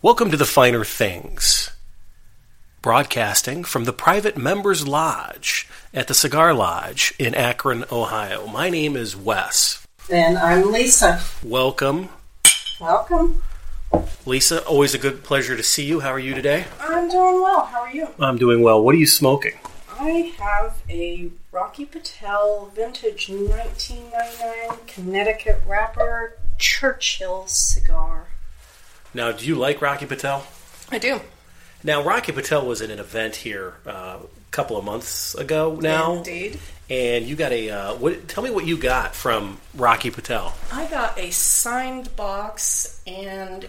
Welcome to the Finer Things, broadcasting from the Private Members Lodge at the Cigar Lodge in Akron, Ohio. My name is Wes. And I'm Lisa. Welcome, Welcome. Lisa. Always a good pleasure to see you. How are you today? I'm doing well. How are you? I'm doing well. What are you smoking? I have a Rocky Patel vintage 1999 Connecticut wrapper Churchill cigar. Now, do you like Rocky Patel? I do. Now, Rocky Patel was at an event here uh, a couple of months ago now. Indeed. And you got a, uh, what, tell me what you got from Rocky Patel. I got a signed box and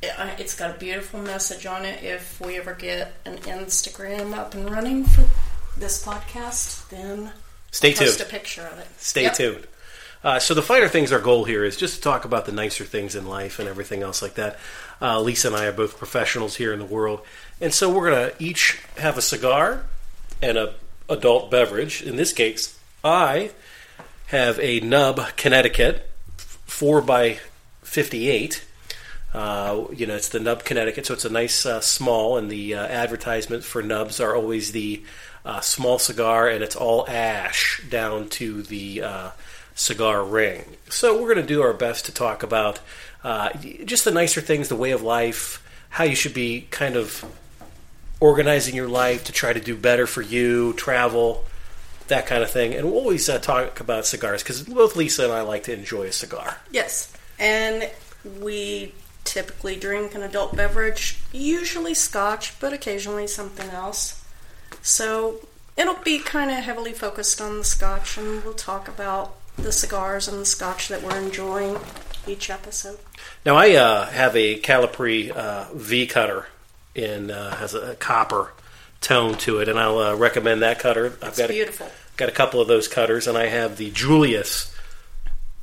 it- I- it's got a beautiful message on it. If we ever get an Instagram up and running for this podcast, then Stay tuned. post a picture of it. Stay Yep. tuned. Uh, so the finer things, our goal here is just to talk about the nicer things in life and everything else like that. Uh, Lisa and I are both professionals here in the world, and so we're gonna each have a cigar and a adult beverage. In this case, I have a Nub Connecticut four by fifty eight. Uh, you know, it's the Nub Connecticut, so it's a nice uh, small, and the uh, advertisement for Nubs are always the uh, small cigar, and it's all ash down to the uh, cigar ring. So we're going to do our best to talk about uh, y- just the nicer things, the way of life, how you should be kind of organizing your life to try to do better for you, travel, that kind of thing. And we'll always uh, talk about cigars because both Lisa and I like to enjoy a cigar. Yes. And we typically drink an adult beverage, usually scotch, but occasionally something else. So it'll be kind of heavily focused on the scotch, and we'll talk about the cigars and the scotch that we're enjoying each episode. Now I uh, have a Calipari uh, V cutter in uh, has a, copper tone to it, and I'll uh, recommend that cutter. I've It's got a, beautiful. got a couple of those cutters, and I have the Julius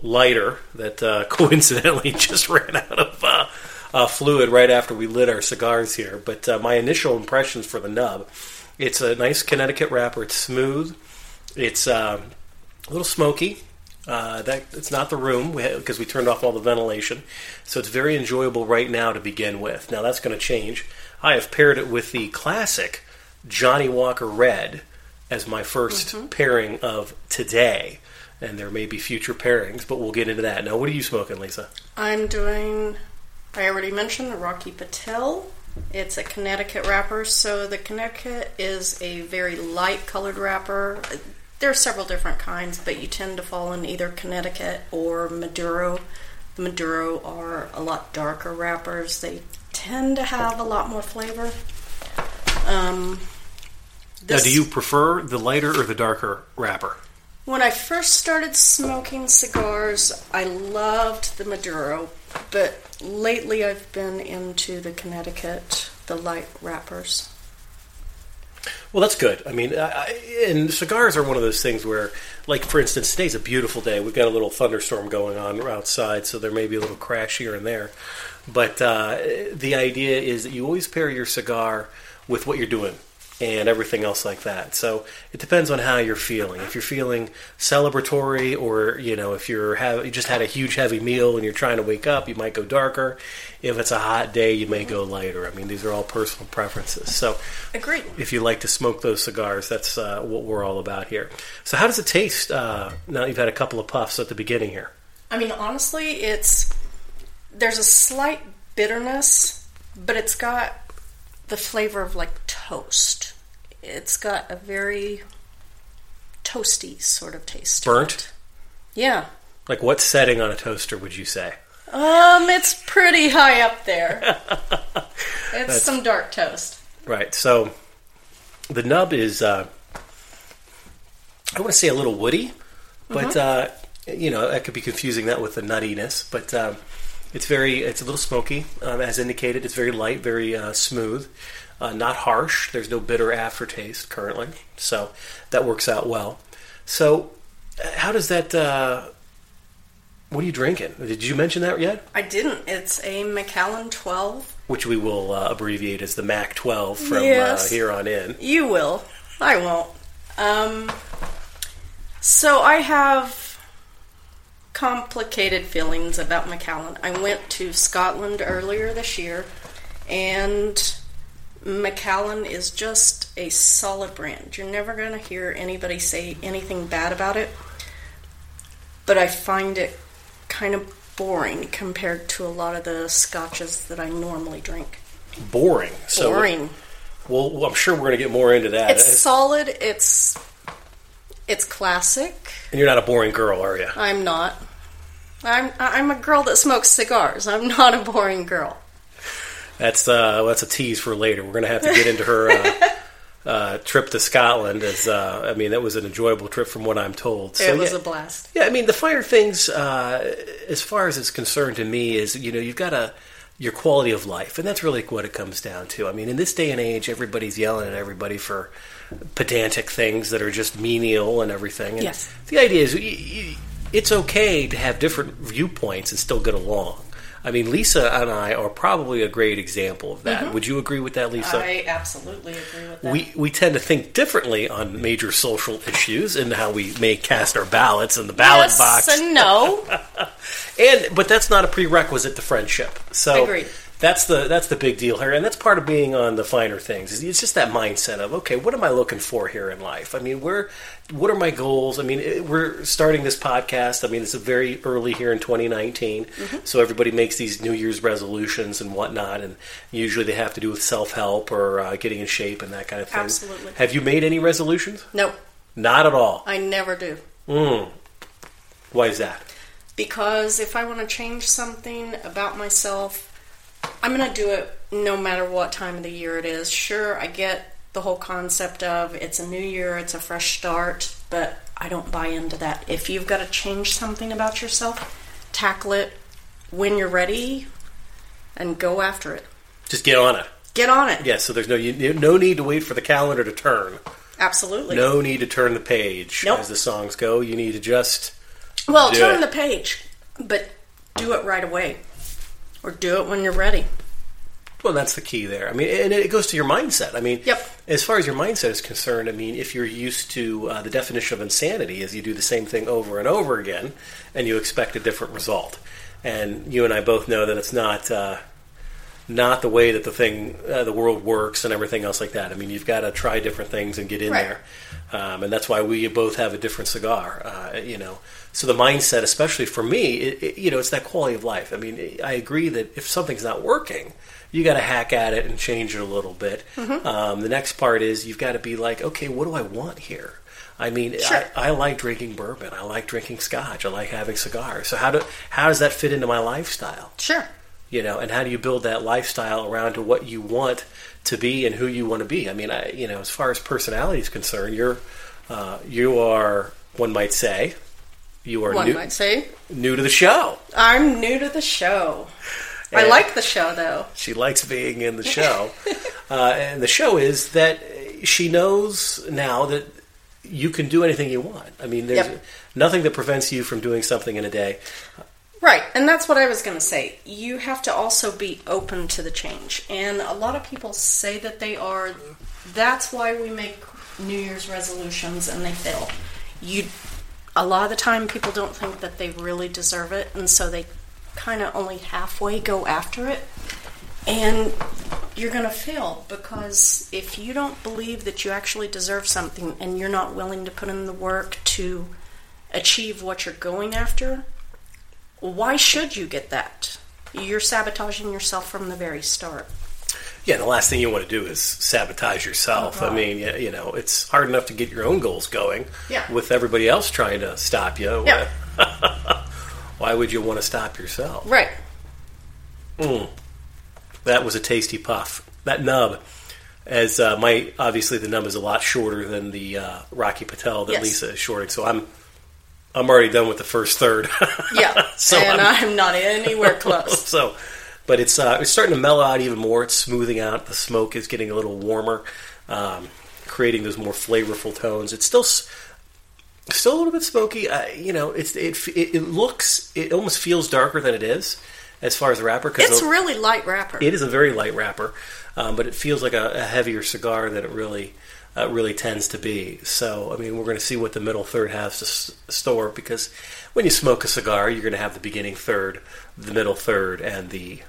lighter that uh, coincidentally just ran out of uh, uh, fluid right after we lit our cigars here. But uh, my initial impressions for the nub, it's a nice Connecticut wrapper. It's smooth. It's um a little smoky. Uh, that it's not the room because we turned off all the ventilation, so it's very enjoyable right now to begin with. Now that's going to change. I have paired it with the classic Johnny Walker Red as my 1st pairing of today, and there may be future pairings, but we'll get into that. Now, what are you smoking, Lisa? I'm doing, I already mentioned the Rocky Patel. It's a Connecticut wrapper, so the Connecticut is a very light colored wrapper. There are several different kinds, but you tend to fall in either Connecticut or Maduro. The Maduro are a lot darker wrappers, they tend to have a lot more flavor. Um, now, do you prefer the lighter or the darker wrapper? when I first started smoking cigars, I loved the Maduro, but lately I've been into the Connecticut, the light wrappers. Well, that's good. I mean, I, I, and cigars are one of those things where, like, for instance, today's a beautiful day. We've got a little thunderstorm going on outside, so there may be a little crash here and there. But uh, the idea is that you always pair your cigar with what you're doing and everything else like that. So it depends on how you're feeling. If you're feeling celebratory, or you know, if you're have you just had a huge heavy meal and you're trying to wake up, you might go darker. If it's a hot day, you may go lighter. I mean, these are all personal preferences. So Agreed. if you like to smoke those cigars, that's uh, what we're all about here. So, how does it taste uh, now that you've had a couple of puffs at the beginning here? I mean, honestly, it's there's a slight bitterness, but it's got the flavor of like toast. It's got a very toasty sort of taste. to Burnt? it. Yeah. Like, what setting on a toaster would you say? Um, it's pretty high up there. it's some dark toast. Right. So, the nub is, uh, I want to say a little woody, but, uh, you know, that could be confusing that with the nuttiness, but. Um, it's very, it's a little smoky, um, as indicated. It's very light, very uh, smooth, uh, not harsh. There's no bitter aftertaste currently, so that works out well. So, uh, how does that? Uh, what are you drinking? Did you mention that yet? I didn't. It's a Macallan 12. Which we will uh, abbreviate as the Mac 12 from Yes. uh, here on in. You will. I won't. Um, so I have complicated feelings about Macallan. I went to Scotland earlier this year And Macallan is just a solid brand. You're never going to hear anybody say anything bad about it. But I find it kind of boring compared to a lot of the scotches that I normally drink. Boring. So Boring. Well, I'm sure we're going to get more into that. it's solid. It's it's classic. and you're not a boring girl, are you? I'm not. I'm I'm a girl that smokes cigars. I'm not a boring girl. That's uh, that's a tease for later. We're going to have to get into her uh, uh, trip to Scotland. As uh, I mean, that was an enjoyable trip, from what I'm told. So, it was yeah. a blast. Yeah, I mean the finer things, uh, as far as it's concerned to me, is you know you've got a your quality of life, and that's really what it comes down to. I mean, in this day and age, everybody's yelling at everybody for pedantic things that are just menial and everything. And Yes. the idea is y y it's okay to have different viewpoints and still get along. I mean, Lisa and I are probably a great example of that. Would you agree with that, Lisa? Mm-hmm. I absolutely agree with that. we, we tend to think differently on major social issues and how we may cast our ballots in the ballot yes box. and no. And but that's not a prerequisite to friendship. So Agreed. that's the that's the big deal here, and that's part of being on the finer things. is It's just that mindset of okay, what am I looking for here in life? I mean, where what are my goals? I mean, it, we're starting this podcast. I mean, it's very early here in 2019, Mm-hmm. so everybody makes these New Year's resolutions and whatnot, and usually they have to do with self help or uh, getting in shape and that kind of thing. Absolutely. Have you made any resolutions? no, Not at all. Hmm. I never do. Why is that? Because if I want to change something about myself, I'm going to do it no matter what time of the year it is. Sure, I get the whole concept of it's a new year, it's a fresh start, but I don't buy into that. If you've got to change something about yourself, tackle it when you're ready and go after it. Just get on it. Get on it. Yeah, so there's no you, no need to wait for the calendar to turn. Absolutely. No need to turn the page Nope. as the songs go. You need to just Well, Do turn it. the page, but do it right away or do it when you're ready. well, that's the key there. I mean, and it goes to your mindset. I mean, Yep. As far as your mindset is concerned, I mean, if you're used to uh, the definition of insanity is you do the same thing over and over again, and you expect a different result. And you and I both know that it's not uh, not the way that the thing uh, the world works and everything else like that. I mean, you've got to try different things and get in Right. there. Um, and that's why we both have a different cigar, uh, you know. So the mindset, especially for me, it, it, you know, it's that quality of life. I mean, I agree that if something's not working, you got to hack at it and change it a little bit. Um, the next part is you've got to be like, okay, what do I want here? I mean, Sure. I, I like drinking bourbon. I like drinking scotch. I like having cigars. So how do how does that fit into my lifestyle? Sure. you know and how do you build that lifestyle around to what you want to be and who you want to be i mean i you know as far as personality is concerned you're uh, you are one might say you are One new, might say. new to the show I'm new to the show. I And- like the show though. she likes being in the show uh, and the show is that she knows now that you can do anything you want i mean there's Yep. nothing that prevents you from doing something in a day Right, and that's what I was going to say. You have to also be open to the change. And a lot of people say that they are. That's why we make New Year's resolutions and they fail. You a lot of the time people don't think that they really deserve it and so they kind of only halfway go after it. And you're going to fail because if you don't believe that you actually deserve something and you're not willing to put in the work to achieve what you're going after, why should you get that? You're sabotaging yourself from the very start. Yeah, the last thing you want to do is sabotage yourself. I mean, y- you know, it's hard enough to get your own goals going Yeah. with everybody else trying to stop you. Yeah. Why would you want to stop yourself? Mm. Right. That was a tasty puff. That nub, as uh, my obviously the nub is a lot shorter than the uh, Rocky Patel that Yes. Lisa is shorting. So I'm I'm already done with the first third. Yeah. So and I'm- I'm, not anywhere close. so, but it's uh, it's starting to mellow out even more. It's smoothing out. The smoke is getting a little warmer, um, creating those more flavorful tones. It's still s- still a little bit smoky. Uh, you know, it's it, f- it it looks it almost feels darker than it is as far as the wrapper because It's really light wrapper. it is a very light wrapper, um, but it feels like a, a heavier cigar than it really uh, really tends to be. So, I mean, we're going to see what the middle third has to s- store because when you smoke a cigar, you're going to have the beginning third, the middle third, and the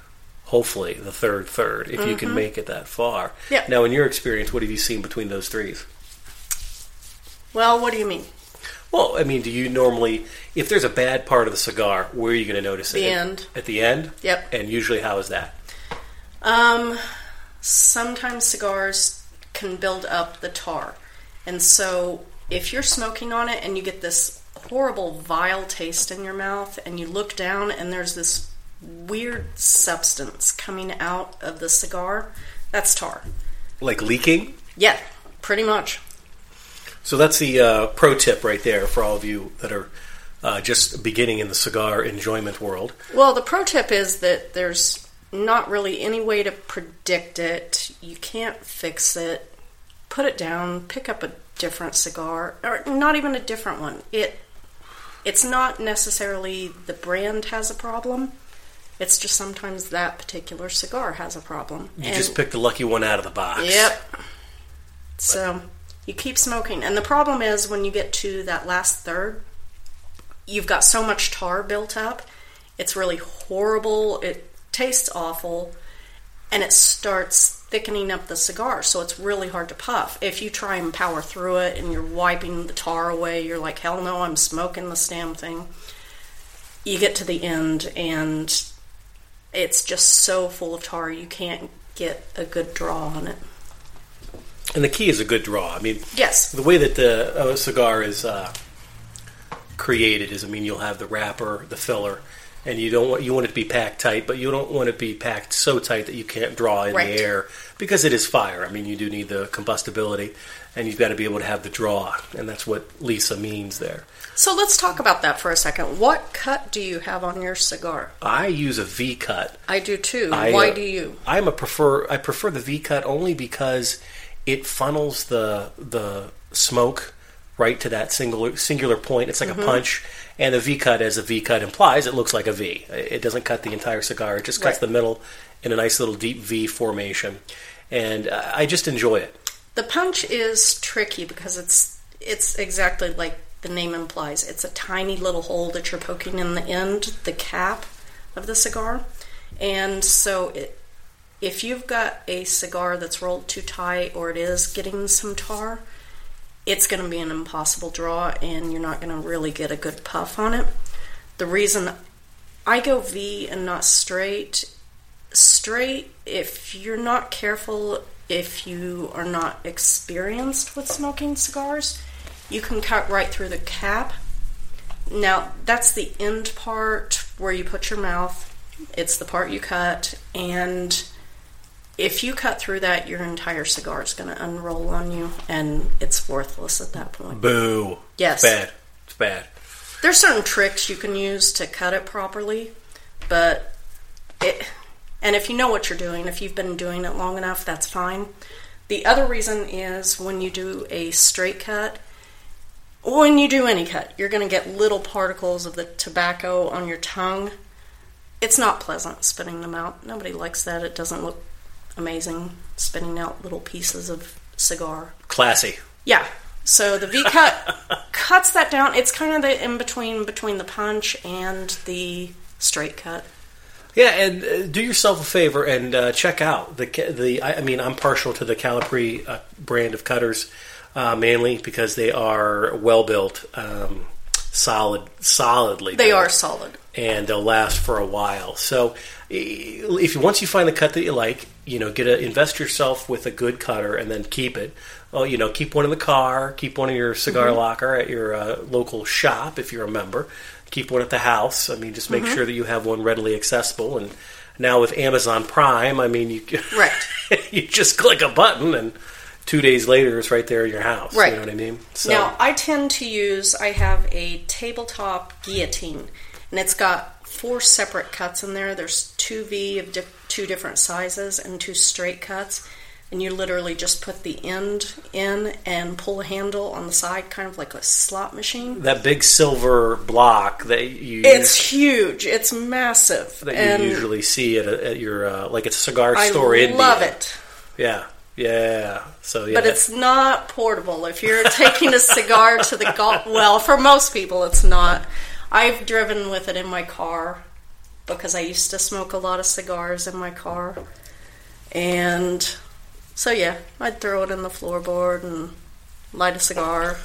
hopefully the third third if you can make it that far. Mm-hmm. Yeah. Now, in your experience, what have you seen between those threes? Well, what do you mean? Well, I mean, do you normally, if there's a bad part of the cigar, where are you going to notice it? The end. At the end? Yep. And usually, how is that? Um, sometimes cigars can build up the tar. And so if you're smoking on it and you get this horrible, vile taste in your mouth, and you look down and there's this weird substance coming out of the cigar, that's tar. Like leaking? Yeah, pretty much. So that's the uh, pro tip right there for all of you that are uh, just beginning in the cigar enjoyment world. Well, the pro tip is that there's not really any way to predict it. You can't fix it. Put it down, pick up a different cigar or not even a different one. It it's not necessarily the brand has a problem. It's just sometimes that particular cigar has a problem. You just pick the lucky one out of the box. Yep. So you keep smoking. And the problem is when you get to that last third, you've got so much tar built up. It's really horrible. It tastes awful. And it starts thickening up the cigar. So it's really hard to puff. If you try and power through it and you're wiping the tar away, you're like, hell no, I'm smoking this damn thing. You get to the end and it's just so full of tar you can't get a good draw on it. And the key is a good draw. I mean, Yes. the way that the uh, cigar is uh, created is, I mean, you'll have the wrapper, the filler, and you don't want you want it to be packed tight, but you don't want it to be packed so tight that you can't draw in Right. the air because it is fire. I mean, you do need the combustibility, and you've got to be able to have the draw, and that's what Lisa means there. So let's talk about that for a second. What cut do you have on your cigar? I use a V cut. I do too. I, Why uh, do you? I'm a prefer. I prefer the V cut only because it funnels the the smoke right to that singular singular point. It's like a punch, and the V cut, as a V cut implies, it looks like a V. It doesn't cut the entire cigar. It just cuts Right. the middle in a nice little deep V formation, and uh, I just enjoy it. The punch is tricky because it's it's exactly like the name implies. It's a tiny little hole that you're poking in the end, the cap of the cigar. And so it, if you've got a cigar that's rolled too tight or it is getting some tar, it's going to be an impossible draw and you're not going to really get a good puff on it. The reason I go V and not straight straight if you're not careful if you are not experienced with smoking cigars you can cut right through the cap now that's the end part where you put your mouth it's the part you cut and if you cut through that your entire cigar is going to unroll on you and it's worthless at that point Boo! Yes. it's bad. It's bad. there's certain tricks you can use to cut it properly, but it and if you know what you're doing, if you've been doing it long enough, that's fine. The other reason is when you do a straight cut, when you do any cut, you're going to get little particles of the tobacco on your tongue. It's not pleasant spitting them out. Nobody likes that. It doesn't look amazing spitting out little pieces of cigar. Classy. Yeah. So the V cut cuts that down. It's kind of the in between between the punch and the straight cut. Yeah, and uh, do yourself a favor and uh, check out the ca- the. I, I mean, I'm partial to the Calipari uh, brand of cutters, uh, mainly because they are well built, um, solid, solidly. They built are solid. and they'll last for a while. So, eh, if you once you find the cut that you like, you know, get a invest yourself with a good cutter and then keep it. Oh, you know, keep one in the car, keep one in your cigar Mm-hmm. locker at your uh, local shop if you're a member. Keep one at the house. I mean, just make Mm-hmm. sure that you have one readily accessible. And now with Amazon Prime, I mean, you Right. you just click a button and two days later it's right there in your house. Right. You know what I mean? So Now I tend to use. I have a tabletop guillotine, and it's got four separate cuts in there. There's two V of di- two different sizes and two straight cuts. And you literally just put the end in and pull a handle on the side, kind of like a slot machine. that big silver block that you use- It's huge. It's massive. that and you usually see at, a, at your uh, like it's a cigar I store in love India. it. Yeah, yeah. So yeah, But it's not portable. If you're taking a cigar to the golf, well, for most people, it's not. I've driven with it in my car because I used to smoke a lot of cigars in my car. And so, yeah, I'd throw it in the floorboard and light a cigar,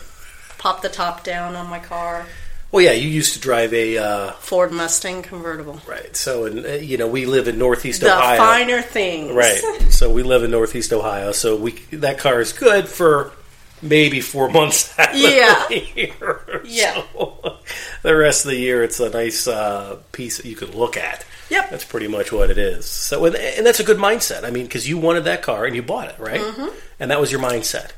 pop the top down on my car. Well, yeah, you used to drive a uh, Ford Mustang convertible. right. So, and uh, you know, we live in Northeast The Ohio, finer things. right? So we live in Northeast Ohio. So we that car is good for maybe four months out of Yeah. the year. Yeah. So the rest of the year, it's a nice uh, piece that you could look at. Yep. That's pretty much what it is. So, and, and that's a good mindset. I mean, because you wanted that car and you bought it, right? Mm-hmm. And that was your mindset.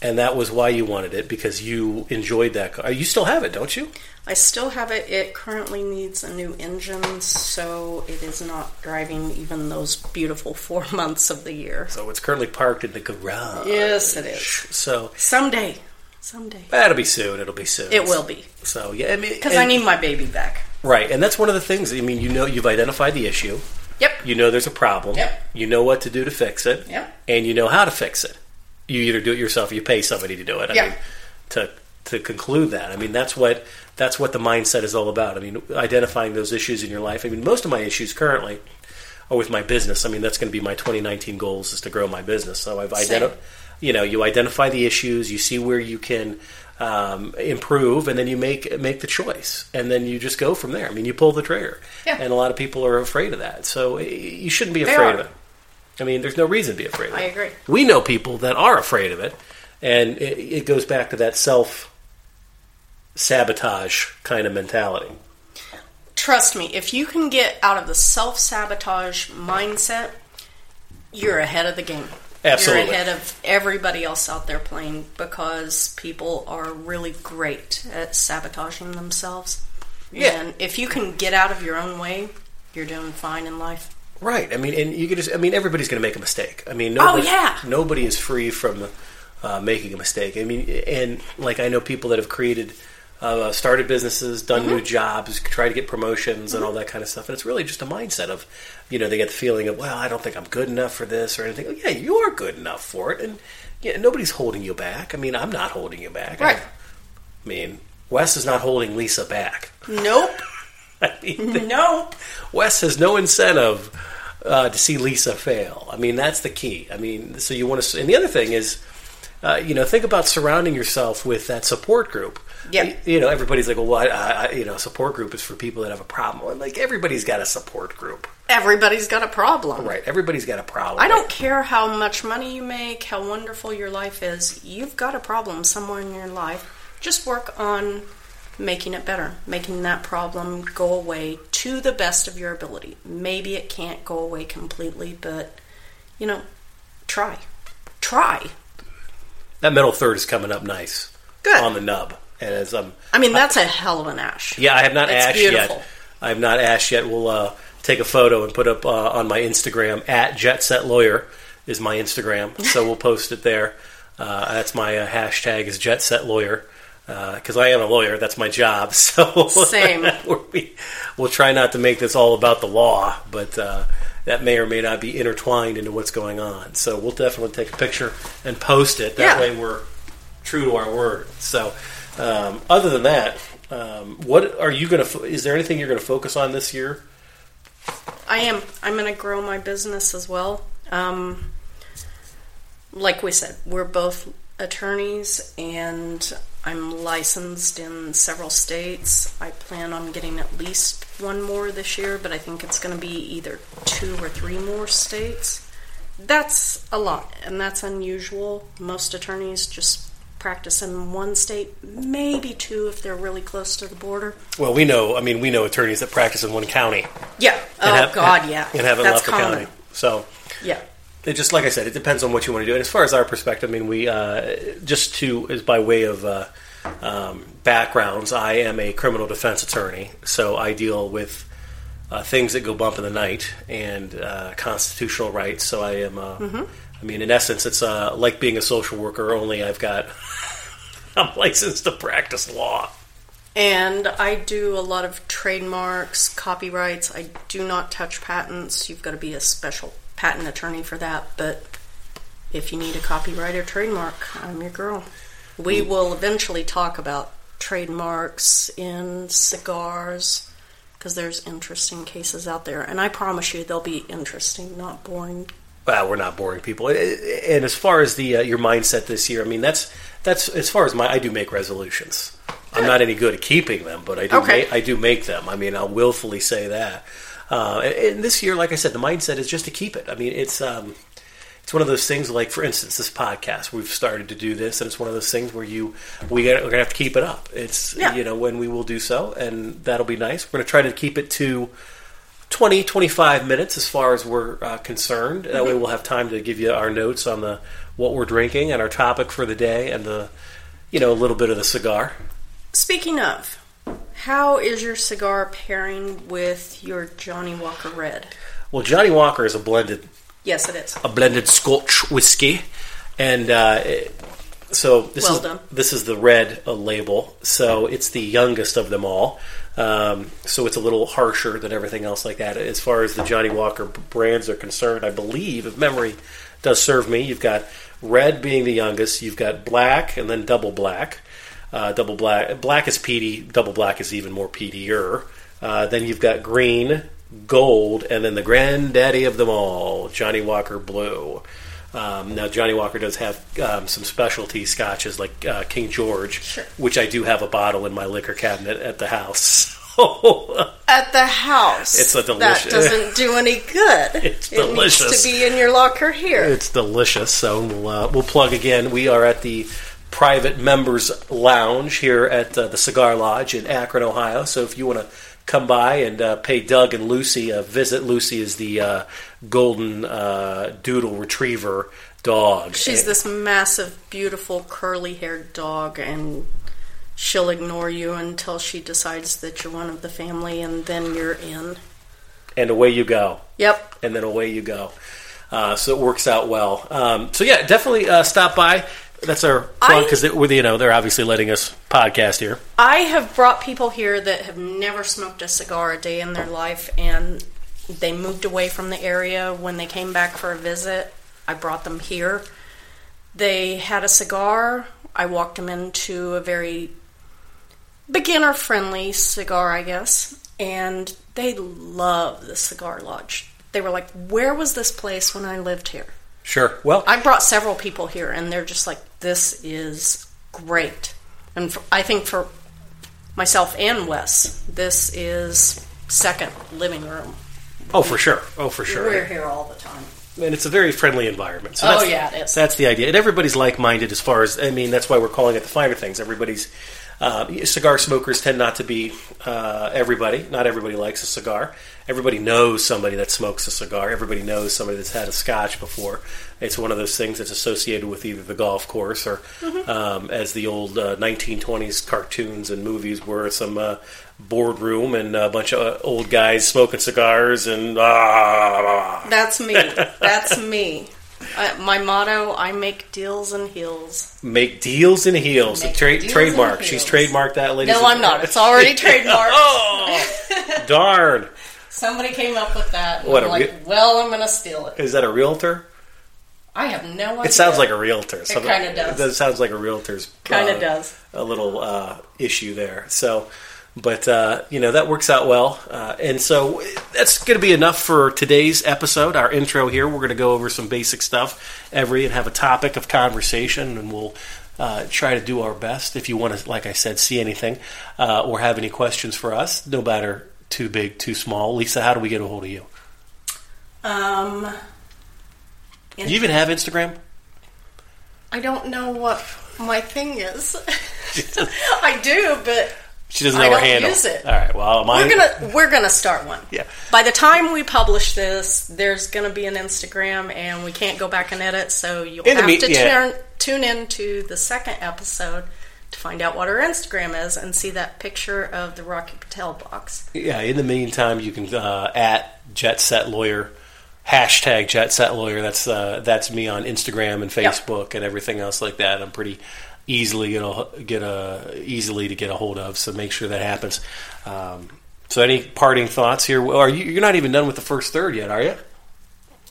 And that was why you wanted it because you enjoyed that car. You still have it, don't you? I still have it. It currently needs a new engine, so it is not driving even those beautiful four months of the year. So it's currently parked in the garage. Yes, it is. So Someday. Someday. that'll be soon. It'll be soon. It will be. So yeah, I mean, Because I and- need my baby back. right, and that's one of the things. I mean, you know, you've identified the issue. Yep. You know, there's a problem. Yep. You know what to do to fix it. Yep. And you know how to fix it. You either do it yourself, or you pay somebody to do it. I Yep. mean, to to conclude that, I mean, that's what that's what the mindset is all about. I mean, identifying those issues in your life. I mean, most of my issues currently are with my business. I mean, that's going to be my 2019 goals is to grow my business. So I've Same. identified. you know you identify the issues you see where you can um, improve and then you make make the choice and then you just go from there i mean you pull the trigger Yeah. and a lot of people are afraid of that so eh, you shouldn't be They afraid are. of it i mean there's no reason to be afraid of I it agree. we know people that are afraid of it and it, it goes back to that self sabotage kind of mentality Trust me, if you can get out of the self sabotage mindset, you're ahead of the game. Absolutely. You're ahead of everybody else out there playing because people are really great at sabotaging themselves. Yeah. And if you can get out of your own way, you're doing fine in life. Right. I mean, and you could just. I mean, everybody's going to make a mistake. I mean, Oh, nobody, yeah. nobody is free from uh, making a mistake. I mean, and like I know people that have created, uh, started businesses, done new Mm-hmm. jobs, tried to get promotions, and all that kind of stuff. And it's really just a mindset of, you know, they get the feeling of, well, I don't think I'm good enough for this or anything. Oh, yeah, you are good enough for it, and yeah, nobody's holding you back. I mean, I'm not holding you back. Right. I mean, Wes is not holding Lisa back. Nope. I mean, nope. Wes has no incentive uh, to see Lisa fail. I mean, that's the key. I mean, so you want to. And the other thing is, uh, you know, think about surrounding yourself with that support group. Yeah. Y- You know, everybody's like, well, I, I, I- you know, support group is for people that have a problem. And, Like, everybody's got a support group. Everybody's got a problem. Right. Everybody's got a problem. I don't care how much money you make, how wonderful your life is. You've got a problem somewhere in your life. Just work on making it better, making that problem go away to the best of your ability. Maybe it can't go away completely, but you know, try. Try. That middle third is coming up nice. Good. On the nub. And as I'm. I mean, that's a hell of an ash. Yeah, I have not It's ashed beautiful. yet. I have not ashed yet. We'll uh, take a photo and put up uh, on my Instagram at Jet Set Lawyer is my Instagram, so we'll post it there. Uh, that's my uh, hashtag is Jet Set Lawyer because I am a lawyer. That's my job. So Same. we, we'll try not to make this all about the law, but uh, that may or may not be intertwined into what's going on. So we'll definitely take a picture and post it. That Yeah. way we're true to our word. So, um, other than that, um, what are you going to? Fo- is there anything you're going to focus on this year? I am. I'm going to grow my business as well. Um, like we said, we're both attorneys, and I'm licensed in several states. I plan on getting at least one more this year, but I think it's going to be either two or three more states. That's a lot, and that's unusual. Most attorneys just practice in one state, maybe two if they're really close to the border. Well, we know. I mean, we know attorneys that practice in one county. Yeah. Oh and have- God, yeah. and haven't left that's common. the county. So. Yeah. It just like I said, it depends on what you want to do. And as far as our perspective, I mean, we uh, just to is by way of uh, um, backgrounds. I am a criminal defense attorney, so I deal with uh, things that go bump in the night and uh, constitutional rights. So I am, uh, I mean, in essence, it's uh, like being a social worker. Only I've got I'm licensed to practice law. And I do a lot of trademarks, copyrights. I do not touch patents. You've got to be a special patent attorney for that. But if you need a copyright or trademark, I'm your girl. We will eventually talk about trademarks in cigars because there's interesting cases out there, and I promise you they'll be interesting, not boring. Well, we're not boring people. And as far as the uh, your mindset this year, I mean that's that's as far as my I do make resolutions. I'm not any good at keeping them, but I do Okay. ma- I do make them. I mean, I'll willfully say that. Uh, and, and this year, like I said, the mindset is just to keep it. I mean, it's um, it's one of those things. Like for instance, this podcast we've started to do this, and it's one of those things where you we gotta, we're gonna have to keep it up. It's Yeah. you know when we will do so, and that'll be nice. We're gonna try to keep it to 20, 25 minutes as far as we're uh, concerned. That way we'll have time to give you our notes on the what we're drinking and our topic for the day and the, you know, a little bit of the cigar. Speaking of, how is your cigar pairing with your Johnny Walker Red? Well, Johnny Walker is a blended Yes, it is. a blended Scotch whiskey, and uh, it- so this Well is done. this is the red uh, label. So it's the youngest of them all. Um, so it's a little harsher than everything else like that. As far as the Johnny Walker b- brands are concerned, I believe if memory does serve me, you've got red being the youngest. You've got black, and then double black. Uh, double black, black is peaty. Double black is even more peatier. Uh, then you've got green, gold, and then the granddaddy of them all, Johnny Walker Blue. Um, now, Johnny Walker does have um, some specialty scotches like uh, King George, Sure. which I do have a bottle in my liquor cabinet at the house. So, uh, At the house. It's a delicious- That doesn't do any good. It's it delicious. Needs to be in your locker here. it's delicious. So we'll, uh, we'll plug again. We are at the private members lounge here at uh, the Cigar Lodge in Akron, Ohio. So if you want to come by and uh, pay Doug and Lucy a visit, Lucy is the uh, golden uh, doodle retriever dog. She's And- this massive, beautiful, curly haired dog, and she'll ignore you until she decides that you're one of the family, and then you're in. and away you go. Yep. and then away you go. Uh, so it works out well. Um, so yeah, definitely uh, stop by. That's our plug I- because you know they're obviously letting us podcast here. I have brought people here that have never smoked a cigar a day in their life, and they moved away from the area when they came back for a visit. I brought them here. They had a cigar. I walked them into a very beginner friendly cigar, I guess, and they love the cigar lodge. They were like, Where was this place when I lived here? Sure. Well, I brought several people here, and they're just like, "This is great," and for, I think for myself and Wes, this is second living room. oh for sure. Oh for sure. We're here all the time. And it's a very friendly environment. So Oh, that's, yeah, it is. That's the idea, and everybody's like-minded as far as I mean. That's why we're calling it the finer things. Everybody's uh, cigar smokers tend not to be uh, everybody. Not everybody likes a cigar. Everybody knows somebody that smokes a cigar. Everybody knows somebody that's had a scotch before. It's one of those things that's associated with either the golf course or, Mm-hmm. um, as the old uh, 1920s cartoons and movies were, some uh, boardroom and a bunch of uh, old guys smoking cigars and ah. That's me. That's me. Uh, my motto: I make deals and heels. Make deals and heels. Make Tra- deals trademark. and She's heels. trademarked that, ladies. No, and I'm not. It's already trademarked. Oh, darn! Somebody came up with that. and What I'm a like, re- well, I'm gonna steal it. Is that a realtor? I have no idea. It sounds like a realtor. It Oh, kinda does. That sounds like a realtor's Kinda uh, does. a little uh, issue there. So, but uh, you know that works out well, uh, and so that's going to be enough for today's episode. Our intro here. We're going to go over some basic stuff every and have a topic of conversation, and we'll. Uh, try to do our best. If you want to, like I said, see anything uh, or have any questions for us, no matter too big, too small. Lisa, how do we get a hold of you? Um, Do you even have Instagram? I don't know what my thing is. I do, but She doesn't I know her don't handle. use it. All right. Well, mine. We're gonna we're gonna start one. Yeah. By the time we publish this, there's gonna be an Instagram, and we can't go back and edit, so you'll In the have mean- to yeah. turn, tune in to the second episode to find out what our Instagram is and see that picture of the Rocky Patel box. Yeah, in the meantime, you can uh, at Jet Set Lawyer, hashtag Jet Set Lawyer. That's uh, that's me on Instagram and Facebook and everything else like that. I'm pretty easily get a, get a easily to get a hold of. So make sure that happens. Um, so any parting thoughts here? Are you, you're not even done with the first third yet, are you?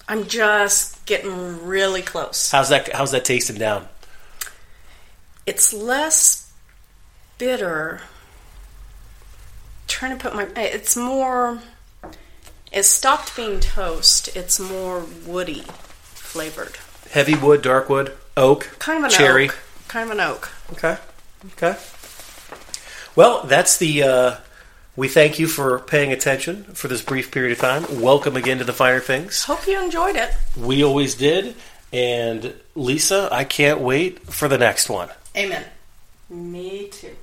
I'm just getting really close. How's that? How's that tasting down? It's less bitter. trying to put my. It's more. It stopped being toast. It's more woody flavored. Heavy wood, dark wood, oak, Kind of an cherry. oak. Kind of an oak. Okay. Okay. Well, that's the. Uh, we thank you for paying attention for this brief period of time. Welcome again to the Finer Things. Hope you enjoyed it. We always did. And Lisa, I can't wait for the next one. Amen. Me too.